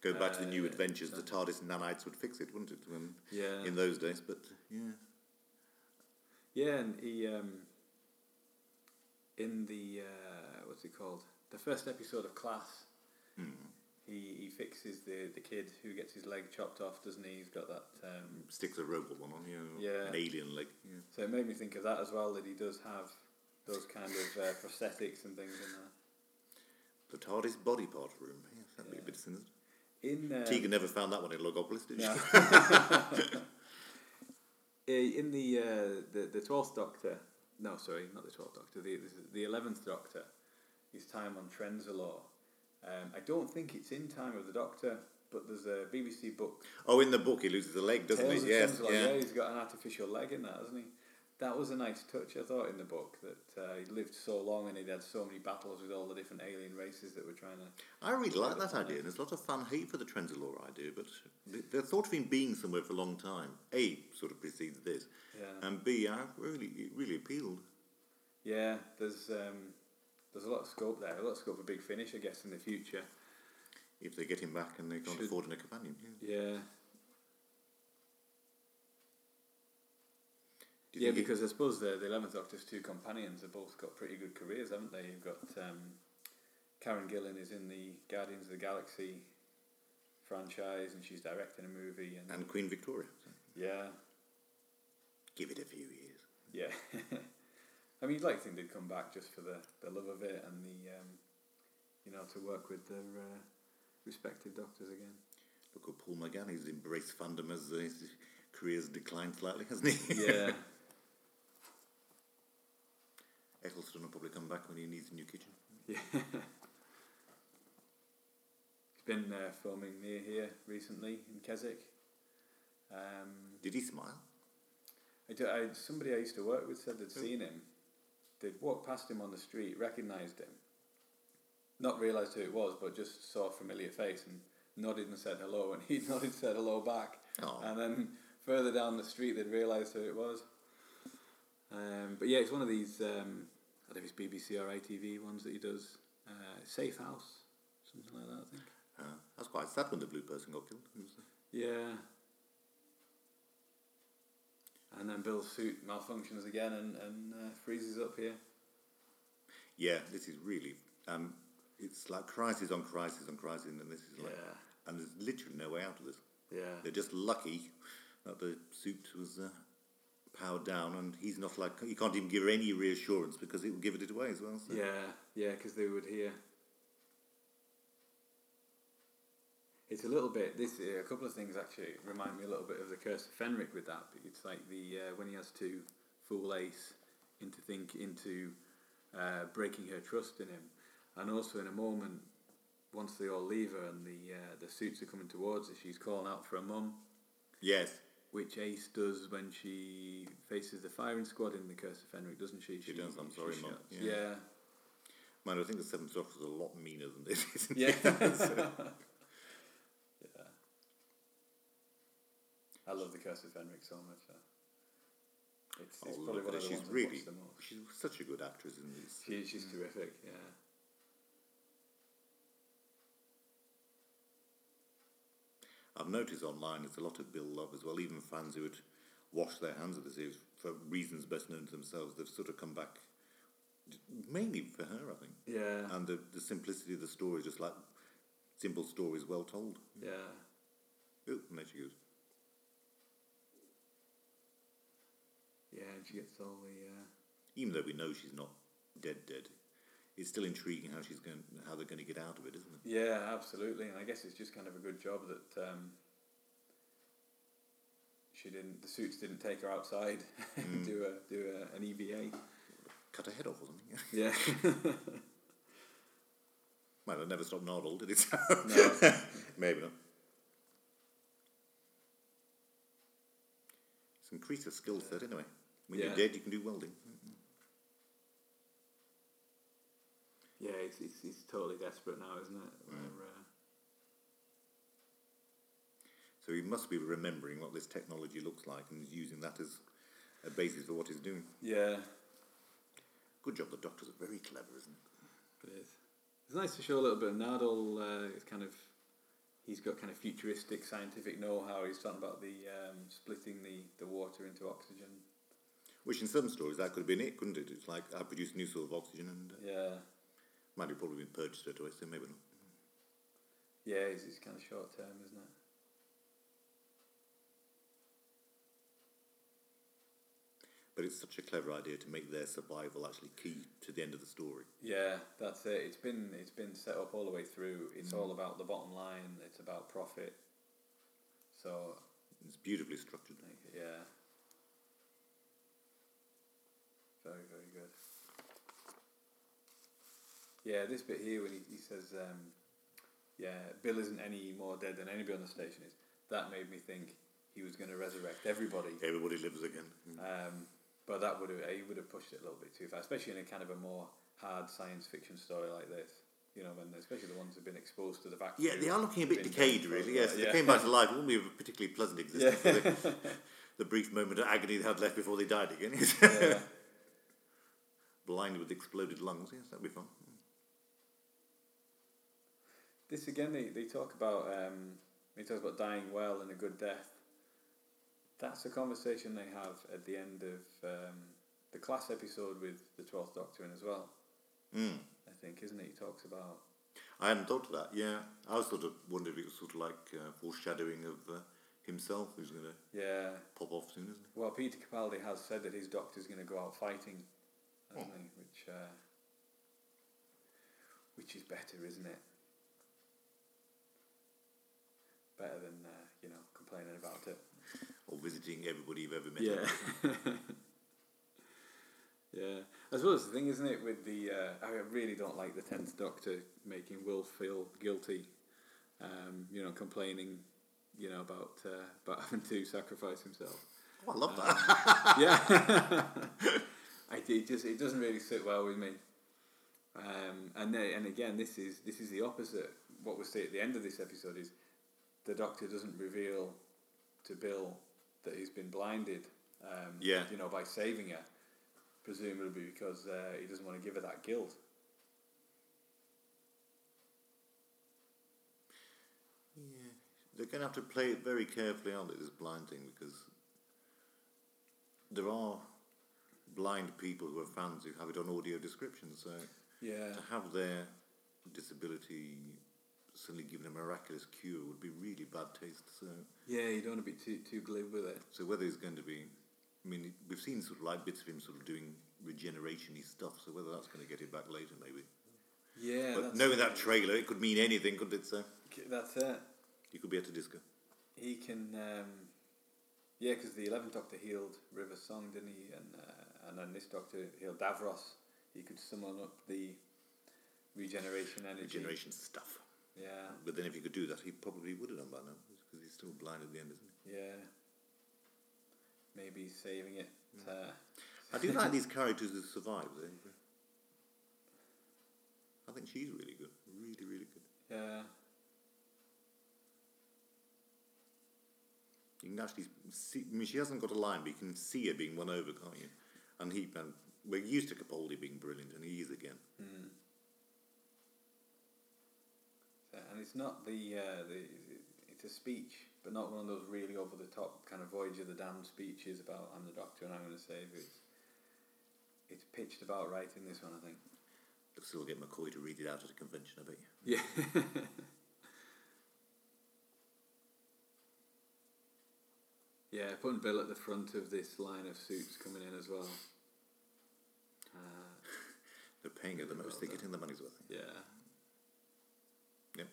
Go back to the new
Uh,
adventures. The TARDIS nanites would fix it, wouldn't it? When,
Yeah.
In those days, but yeah,
Yeah, and he um, in the uh, what's it called? The first episode of Class. He, he fixes the, the kid who gets his leg chopped off, doesn't he? He's got that um,
sticks a robot one on you.
Yeah.
An alien leg. Yeah.
So it made me think of that as well. That he does have those kind of uh, prosthetics and things in there.
The TARDIS body part room. Yes, that'd be a bit sinister.
in um,
Tegan never found that one in Logopolis, did [laughs]
No. [laughs]
she?
Uh, in the uh, the the twelfth Doctor, no, sorry, not the twelfth Doctor, the the eleventh Doctor, his time on Trenzalore. Um, I don't think it's in Time of the Doctor, but there's a BBC book.
Oh, in the book, he loses a leg, doesn't
Tales
he?
of
Yes,
Trenzalore.
yeah.
yeah, he's got an artificial leg in that, hasn't he? That was a nice touch, I thought, in the book that uh, he lived so long and he'd had so many battles with all the different alien races that were trying to.
I really like that idea, and there's a lot of fan hate for the Trenzalore idea, but the, the thought of him being somewhere for a long time, A, sort of precedes this,
Yeah.
and B, I really, it really appealed.
Yeah, there's um, there's a lot of scope there, a lot of scope for big finish, I guess, in the future.
If they get him back and they can't
Should-
afford a companion. Yeah.
Yeah,
Do you
Yeah,
think he-
because I suppose the the eleventh Doctor's two companions have both got pretty good careers, haven't they? You've got um, Karen Gillan is in the Guardians of the Galaxy franchise, and she's directing a movie, and,
and Queen Victoria.
yeah,
Give it a few years.
yeah. [laughs] I mean, you'd like to think they'd come back just for the, the love of it and the um, you know to work with their uh, respective doctors again.
Look at Paul McGann, he's embraced fandom as his career's declined slightly, hasn't he?
Yeah,
[laughs] Eccleston will probably come back when he needs a new kitchen.
[laughs] he's been uh, filming near here recently in Keswick. Um,
Did he smile?
I do, I, somebody I used to work with said they'd seen him. They'd walked past him on the street, recognised him, not realised who it was, but just saw a familiar face and nodded and said hello, and [laughs] he nodded and said hello back.
Aw.
And then further down the street, they'd realised who it was. Um, but yeah, it's one of these, um, I don't know if it's BBC or ITV ones that he does, uh, Safe House, something like that, I think.
Uh, I was quite sad when the blue person got killed. uh, Who's the-
Yeah. And then Bill's suit malfunctions again and, and uh, freezes up here.
Yeah, this is really. Um, it's like crisis on crisis on crisis, and this is like.
Yeah.
And there's literally no way out of this.
Yeah.
They're just lucky that the suit was uh, powered down, and he's not like. You can't even give her any reassurance because it would give it away as well. So.
Yeah, yeah, because they would hear. It's a little bit. This uh, a couple of things actually remind me a little bit of the Curse of Fenric with that. It's like the uh, when he has to fool Ace into think into uh, breaking her trust in him, and also in a moment once they all leave her and the uh, the suits are coming towards her, she's calling out for her mum
Yes.
which Ace does when she faces the firing squad in the Curse of Fenric, doesn't she? She,
does, I'm sorry, Mum.
shouts-
Yeah.
Yeah.
Mind you, I think the seventh doctor is a lot meaner than this. Isn't
[laughs] Yeah.
It?
I love the Curse of Fenric so much. uh, It's,
Oh,
it's
look
probably
at
one
her,
of the
she's
ones I've
really,
watched the most.
she's such a good actress in this.
She, she's terrific. Yeah.
I've noticed online there's a lot of Bill Love as well, even fans who had washed their hands of the series for reasons best known to themselves. They've sort of come back d- mainly for her, I think.
Yeah. Um,
And the, the simplicity of the story, just like simple stories well told.
yeah.
Oh, and there she goes.
Yeah. And she gets all the. Uh,
Even though we know she's not dead, dead, it's still intriguing how she's going, how they're going to get out of it, isn't it?
yeah, absolutely. And I guess it's just kind of a good job that um, she didn't. The suits didn't take her outside [laughs] and do a do a, an EVA.
Cut her head off or something. [laughs]
Yeah.
Might have never stopped Nardole, did
[laughs]
it? [laughs]
[laughs] No.
Maybe not. It's increased the skill set anyway. When
Yeah.
you're dead, you can do welding.
Yeah, it's, it's, it's totally desperate now, isn't it? Where, uh,
So he must be remembering what this technology looks like and is using that as a basis for what he's doing.
yeah,
Good job, the doctors are very clever, isn't it?
it is. It's nice to show a little bit of Nardole. Uh, it's kind of he's got kind of futuristic scientific know-how. He's talking about the um, splitting the, the water into oxygen.
Which in some stories that could have been it, couldn't it? It's like I produced a new sort of oxygen and uh,
Yeah,
might have probably been purchased straight away, so maybe not.
yeah, it's, it's kind of short term, isn't it?
But it's such a clever idea to make their survival actually key to the end of the story.
Yeah, that's it. It's been it's been set up all the way through. It's all about the bottom line. It's about profit. So
It's beautifully structured.
like, yeah, very very good. Yeah, this bit here when he, he says, um, "Yeah, Bill isn't any more dead than anybody on the station is." That made me think he was going to resurrect everybody.
Everybody lives again.
Um, but that would have he would have pushed it a little bit too far, especially in a kind of a more hard science fiction story like this. You know, when especially the ones who've been exposed to the vacuum.
Yeah, they are looking a bit
Been
decayed,
exposed
really.
to
Yes,
that,
they
yeah.
came
[laughs]
back to life. It wouldn't be a particularly pleasant existence.
Yeah. [laughs]
would it? [laughs] the brief moment of agony they had left before they died again. [laughs]
yeah,
Blind with exploded lungs. Yes, that'd be fun.
this again, they, they talk about um, he talks about dying well and a good death. That's a conversation they have at the end of um, the class episode with the Twelfth Doctor in as well.
Mm.
I think, isn't it? He talks about
I hadn't thought of that. Yeah, I was sort of wondering if it was sort of like uh, foreshadowing of uh, himself, who's going to
yeah.
pop off soon, isn't he?
Well, Peter Capaldi has said that his doctor's going to go out fighting, hasn't he? Which, uh, which is better, isn't it? Better than uh, you know complaining about it.
Or visiting everybody you've ever met.
Yeah. [laughs] yeah. I suppose the thing, isn't it, with the. Uh, I really don't like the 10th Doctor making Will feel guilty, um, you know, complaining, you know, about, uh, about [laughs] having to sacrifice himself.
Oh, I love
Uh.
that.
yeah. [laughs] I, it just it doesn't really sit well with me. Um, and then, and again, this is this is the opposite. What we see at the end of this episode is the Doctor doesn't reveal to Bill that he's been blinded. Um,
Yeah.
You know, by saving her, presumably because uh, he doesn't want to give her that guilt.
yeah. [laughs] They're going to have to play it very carefully, aren't they, this blind thing, because there are blind people who are fans who have it on audio description, so
Yeah.
to Uh, have their disability suddenly given a miraculous cure would be really bad taste, so...
Yeah. You don't want to be too too glib with it.
So whether he's going to be, I mean, we've seen sort of like bits of him sort of doing regeneration-y stuff. So whether that's going to get him back later, maybe.
Yeah.
but
that's
knowing
it.
that trailer, it could mean anything, couldn't it? So
That's it.
he could be at a disco.
he can um, yeah because the 11th doctor healed river song didn't he and uh, and then this doctor healed davros he could summon up the regeneration energy
Regeneration stuff.
yeah
But then if he could do that, he probably would have done by now because he's still blind at the end, isn't he?
yeah maybe he's saving it uh,
I
[laughs]
do like these characters who survive. They, I think she's really good. Really, really good.
yeah
You can actually see. I mean, she hasn't got a line, but you can see her being won over, can't you? And he, and we're used to Capaldi being brilliant, and he is again.
Uh, and it's not the, uh, the it's a speech, but not one of those really over the top kind of Voyage of the Damned speeches about I'm the doctor and I'm going to save you. It's, it's pitched about right in this one, I think.
They'll still get McCoy to read it out at a convention, I bet you.
Yeah. [laughs] yeah, putting Bill at the front of this line of suits coming in as well. Uh,
They're paying her the most, they're getting the money's worth.
yeah.
Yep.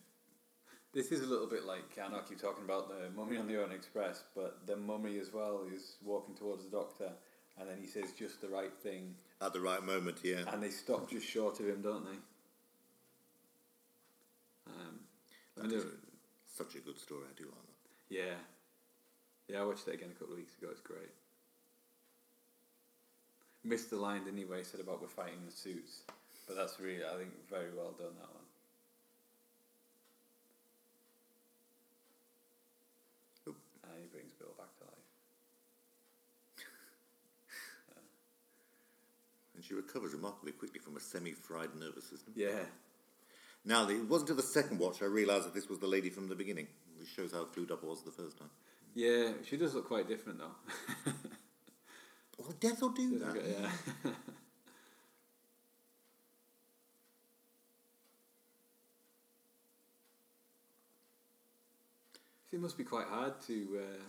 This is a little bit like I know I keep talking about the mummy on the Orient Express, but the mummy as well is walking towards the doctor, and then he says just the right thing,
At the right moment, yeah.
and they stop just short of him, don't they? Um, I mean,
That is
they're-
such a good story, I do like that.
yeah, yeah. I watched it again a couple of weeks ago. It's great. Missed the line anyway. Said about we're fighting the suits, but that's really I think very well done that one.
Oop.
And Ah, he brings Bill back to life.
And she recovers remarkably quickly from a semi fried nervous system.
Yeah,
Now, the- it wasn't until the second watch I realised that this was the lady from the beginning, which shows how clued up I was the first time.
yeah. She does look quite different though.
Oh, death will do that.
yeah. [laughs] it must be quite hard to uh,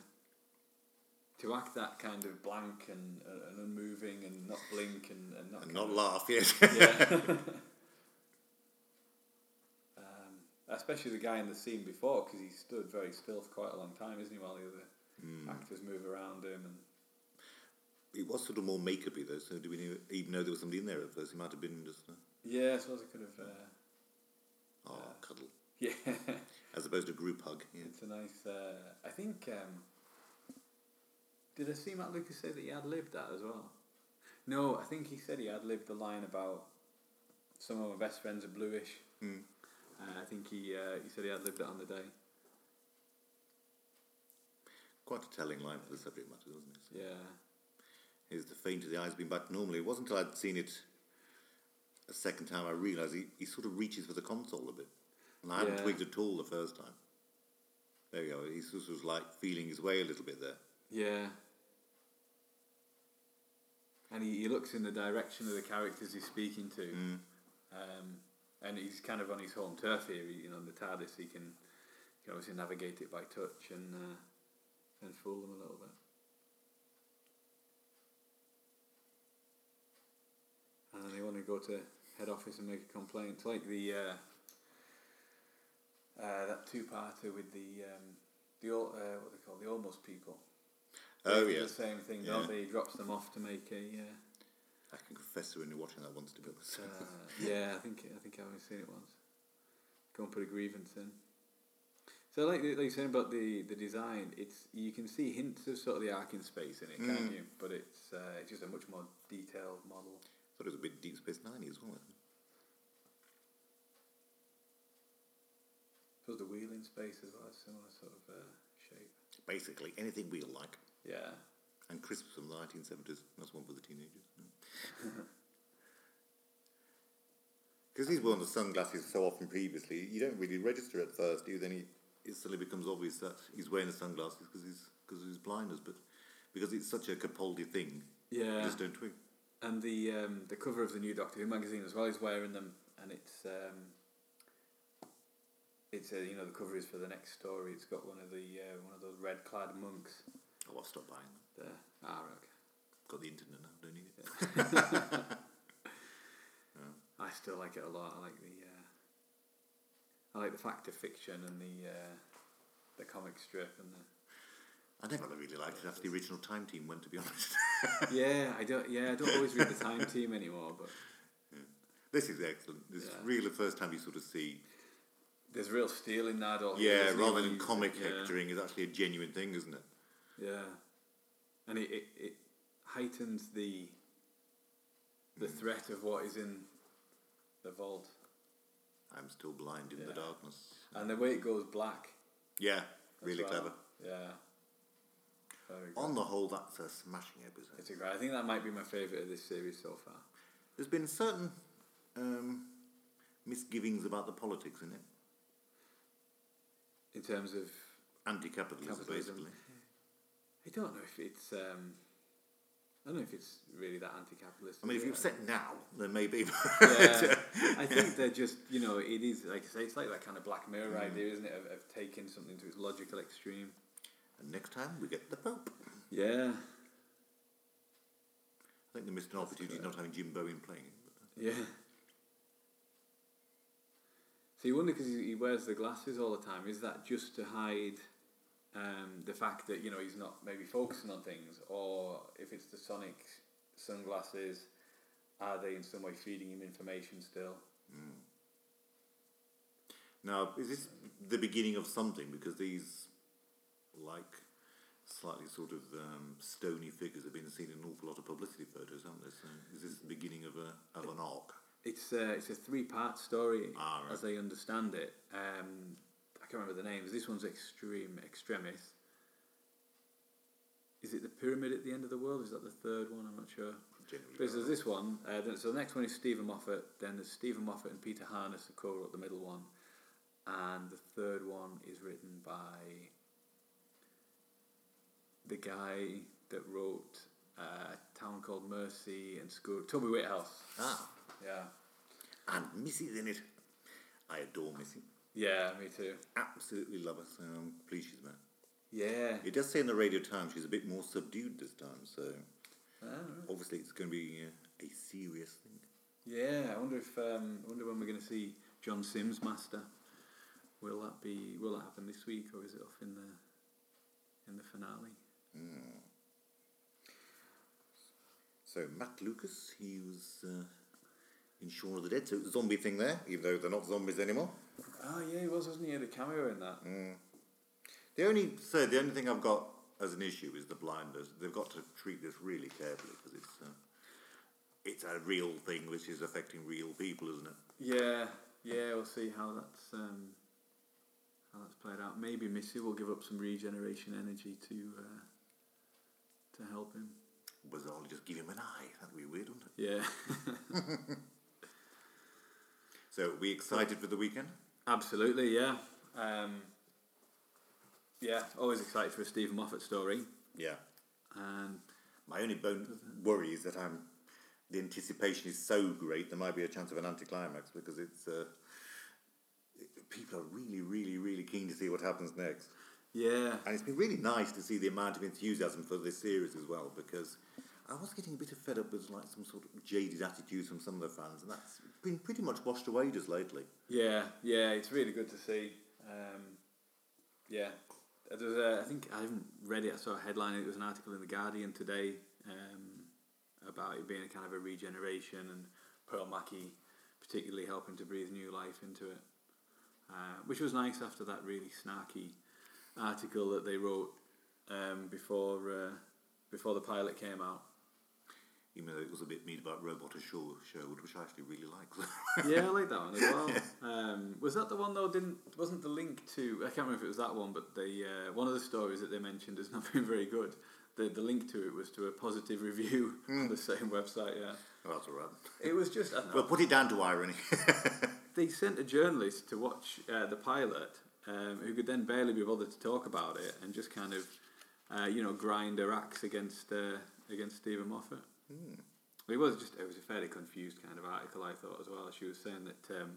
to act that kind of blank and, uh, and unmoving and not blink and, and not
And
kind
not
of-
laugh, [laughs] yes.
Yeah. [laughs] um, especially the guy in the scene before, because he stood very still for quite a long time, isn't he? While the other actors move around him, and
it was sort of more make-upy though, so do we knew, even know there was somebody in there at first? He might have been just, uh,
yeah, I suppose I could have. Uh, [laughs]
oh, cuddle,
yeah,
as opposed to group hug. Yeah.
it's a nice. Uh, I think. Um, did I see Matt Lucas say that he ad libbed that as well? No, I think he said he ad libbed the line about some of my best friends are bluish.
Mm.
Uh, I think he uh, he said he ad libbed it on the day.
Quite a telling line for the subject matter, wasn't it?
Yeah.
Here's the feint of the eyes being back normally. It wasn't until I'd seen it a second time I realised he, he sort of reaches for the console a bit. And I hadn't
Yeah.
twigged at all the first time. There you go. He sort of was like feeling his way a little bit there.
Yeah. And he, he looks in the direction of the characters he's speaking to. Um, and he's kind of on his home turf here. He, you know, the TARDIS, he can, he can obviously navigate it by touch and uh, and fool them a little bit. And then they want to go to head office and make a complaint. It's like the uh, uh, that two-parter with the um, the al- uh, what they call the almost people. They
Oh,
do
yeah.
the same thing,
Yeah.
don't they? He drops them off to make a.
[laughs]
Uh,
I can confess to when you're watching that once to be honest.
uh, yeah, I think I think I've only seen it once. Go and put a grievance in. So like the- like you're saying about the, the design, it's you can see hints of sort of the arc in space in it,
Mm.
can't you? But it's uh, it's just a much more detailed model.
[laughs] thought it was a bit Deep Space Nine as well.
So the wheel in space as well, a similar sort of uh, shape.
Basically, anything we like.
Yeah,
And crisps from the 1970s. That's one for the teenagers. [laughs] Because he's worn the sunglasses so often previously, you don't really register at first, do you? Then he, it suddenly becomes obvious that he's wearing the sunglasses because he's because of his blindness, but because it's such a Capaldi thing, you
yeah.
just don't twig.
And the um, the cover of the new Doctor Who magazine as well is wearing them, and it's um, it's uh, you know the cover is for the next story. It's got one of the uh, one of those red clad monks.
Oh, I'll stop buying them.
There. Ah, okay.
Got the internet now, don't need it.
I still like it a lot. I like the uh, I like the fact of fiction and the uh, the comic strip and
[laughs]
the
I never really liked it after the original Time Team went, to be [laughs] honest.
yeah. I don't yeah. I don't always read the Time Team anymore, but
this is excellent. This is
Yeah.
really the first time you sort of see
there's real steel in that. All
Yeah, rather than comic hectoring is actually a genuine thing, isn't it?
Yeah, and it it, it heightens the the
Mm.
threat of what is in the vault
I'm still blind in the
Yeah.
darkness.
and the way it goes black.
Yeah,
as
really
well.
clever.
Yeah. Very good.
On the whole, that's a smashing episode.
It's a great. I think that might be my favourite of this series so far.
There's been certain um, misgivings about the politics in it.
In terms of,
Anti-capitalism,
Capitalism.
basically.
I don't know if it's. Um, I don't know if it's really that anti-capitalist.
I mean, if
Yeah.
you've set now, then maybe. [laughs]
yeah, I think they're just you know it is like I say it's like that kind of Black Mirror
Mm.
idea, isn't it? Of, of taking something to its logical extreme.
and next time we get the Pope.
Yeah,
I think they missed an opportunity not having Jim Bowen playing it. but-
yeah. So you wonder because he, he wears the glasses all the time. Is that just to hide um, the fact that you know he's not maybe focusing on things, or if it's the sonic sunglasses, are they in some way feeding him information still?
Now, is this the beginning of something? Because these, like, slightly sort of um, stony figures have been seen in an awful lot of publicity photos, haven't they? So is this the beginning of a of an arc?
It's a, it's a three part story
Ah, right.
as I understand it. Um, I can't remember the names. This one's Extreme Extremis. Is it the pyramid at the end of the world? Is that the third one? I'm not sure.
Generally,
But there's this one. Uh, then, so the next one is Stephen Moffat. Then there's Stephen Moffat and Peter Harness, who co-wrote the middle one, and the third one is written by the guy that wrote uh, a town called Mercy and School. Toby Whithouse.
Ah,
Yeah.
and Missy's in it. I adore Missy.
Yeah, me too.
Absolutely love her. So I'm pleased she's back.
Yeah.
It does say in the Radio Times she's a bit more subdued this time, so
Ah,
obviously it's going to be uh, a serious thing.
yeah. I wonder if um, I wonder when we're going to see John Sims master. Will that be? Will that happen this week, or is it off in the in the finale?
So Matt Lucas, he was uh, in Shaun of the Dead, so it was a zombie thing there, even though they're not zombies anymore.
Oh yeah, he was, wasn't he? He had a cameo in that.
The only so the only thing I've got as an issue is the blinders. They've got to treat this really carefully because it's uh, it's a real thing which is affecting real people, isn't it?
Yeah, yeah. We'll see how that's um, how that's played out. Maybe Missy will give up some regeneration energy to uh, to help him.
Was all just give him an eye? That'd be weird, wouldn't it?
Yeah, [laughs]
So we excited for the weekend.
absolutely. Yeah, um, yeah. Always excited for a Stephen Moffat story.
Yeah.
And
My only bone worry is that I'm the anticipation is so great there might be a chance of an anticlimax because it's uh, people are really, really, really keen to see what happens next.
yeah,
And it's been really nice to see the amount of enthusiasm for this series as well, because I was getting a bit of fed up with like some sort of jaded attitudes from some of the fans, and that's been pretty much washed away just lately.
yeah, yeah. It's really good to see. Um, yeah, there's a, I think I haven't read it. I saw a headline. It was an article in the Guardian today um, about it being a kind of a regeneration and Pearl Mackie particularly helping to breathe new life into it, uh, which was nice after that really snarky article that they wrote um, before uh, before the pilot came out.
Even though it was a bit mean about Robot Ashore Sherwood, which I actually really like. [laughs]
yeah, I like that one as well. Um, was that the one though? Didn't wasn't the link to? I can't remember if it was that one, but the uh, one of the stories that they mentioned has [laughs] not been very good. The the link to it was to a positive review [laughs] on the same website. Yeah,
Oh, that's all right.
it was just. I don't
Well,
know,
put it down to irony.
they sent a journalist to watch uh, the pilot, um, who could then barely be bothered to talk about it and just kind of, uh, you know, grind her axe against uh, against Stephen Moffat. It was just it was a fairly confused kind of article I thought as well. She was saying that um,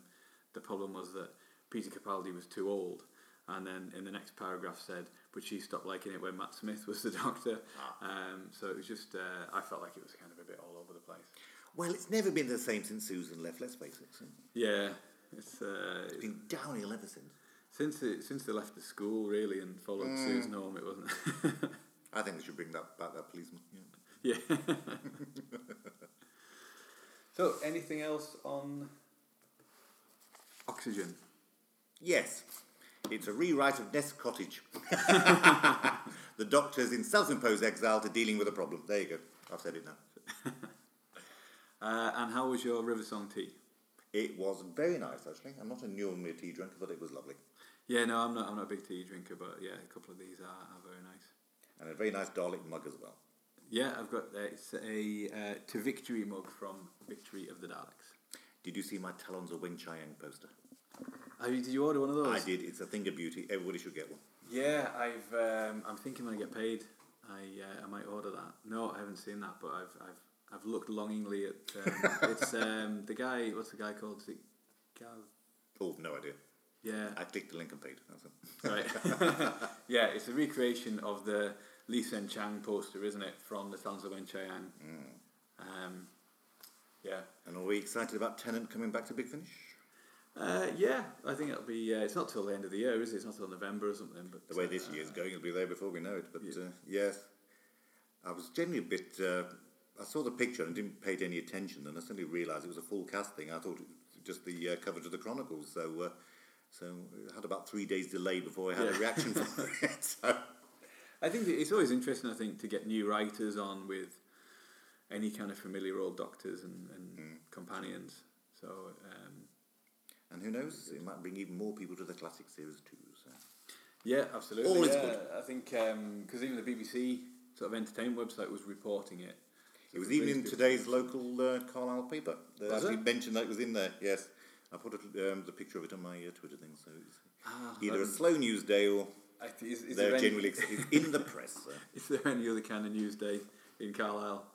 the problem was that Peter Capaldi was too old, and then in the next paragraph said, but she stopped liking it when Matt Smith was the [laughs] doctor. Um, so it was just uh, I felt like it was kind of a bit all over the place.
well, it's never been the same since Susan left, let's face it.
Yeah, it's uh,
It's been downhill ever since.
Since it, since they left the school really and followed Sue's norm, it wasn't. [laughs]
I think we should bring that back, that policeman. Yeah.
yeah. [laughs] so, anything else on oxygen?
Yes, it's a rewrite of Nest [laughs] Cottage. the doctor's in self imposed exile to dealing with a problem. There you go. I've said it now.
Uh, and how was your River Song tea?
It was very nice, actually. I'm not a normally a tea drinker, but it was lovely.
Yeah, no, I'm not. I'm not a big tea drinker, but yeah, a couple of these are, are very nice.
And a very nice Dalek mug as well.
Yeah, I've got uh, it's a uh, to victory mug from Victory of the Daleks.
Did you see my Talons of Wing Chiang poster?
Oh, did you order one of those?
I did. It's a thing of beauty. Everybody should get one.
Yeah, I've. Um, I'm thinking when I get paid, I uh, I might order that. No, I haven't seen that, but I've I've, I've looked longingly at.
[laughs]
Um, it's um, the guy. What's the guy called? Is it Gav?
Oh, no idea.
Yeah.
I clicked the link and paid. That's it.
Right. [laughs] yeah, it's a recreation of the Lee Sen Chang poster, isn't it, from the Tanza Wen Chiang?
Hmm.
Um, yeah.
And are we excited about Tennant coming back to Big Finish?
Uh, yeah, I think it'll be. Uh, it's not till the end of the year, is it? It's not till November or something. But
the way this
uh,
year's going, it'll be there before we know it. But uh, yes, I was generally a bit. Uh, I saw the picture and didn't pay it any attention, and I suddenly realised it was a full cast thing. I thought it was just the uh, cover to the Chronicles. So, uh, so I had about three days delay before I had a
Yeah.
reaction from
[laughs]
it. So,
I think that it's always interesting. I think to get new writers on with any kind of familiar old doctors and, and
Hmm.
companions. So um,
and who knows? It might bring even more people to the classic series too. So.
yeah, absolutely.
All is
yeah. I think because even the BBC sort of entertainment website was reporting it.
It was
Please
even in
do.
today's local uh, Carlisle paper. They
Was
actually
it?
mentioned that it was in there. Yes, I put a, um, the picture of it on my uh, Twitter thing. So it's either a
um,
slow news day or
I th- is, is, there
they're
any, [laughs]
generally ex- it's in the press. So.
is there any other kind of news day in Carlisle?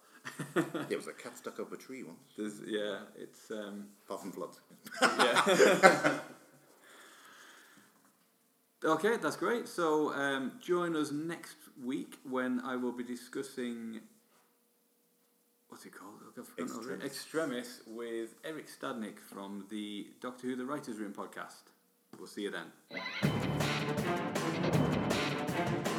uh,
[laughs]
There was a cat stuck up a tree once,
There's, yeah, it's um,
apart from floods.
yeah. Okay, that's great. So um, join us next week when I will be discussing what's it called? I've forgotten already. Extremis with Eric Stadnick from the Doctor Who: The Writers Room podcast. We'll see you then.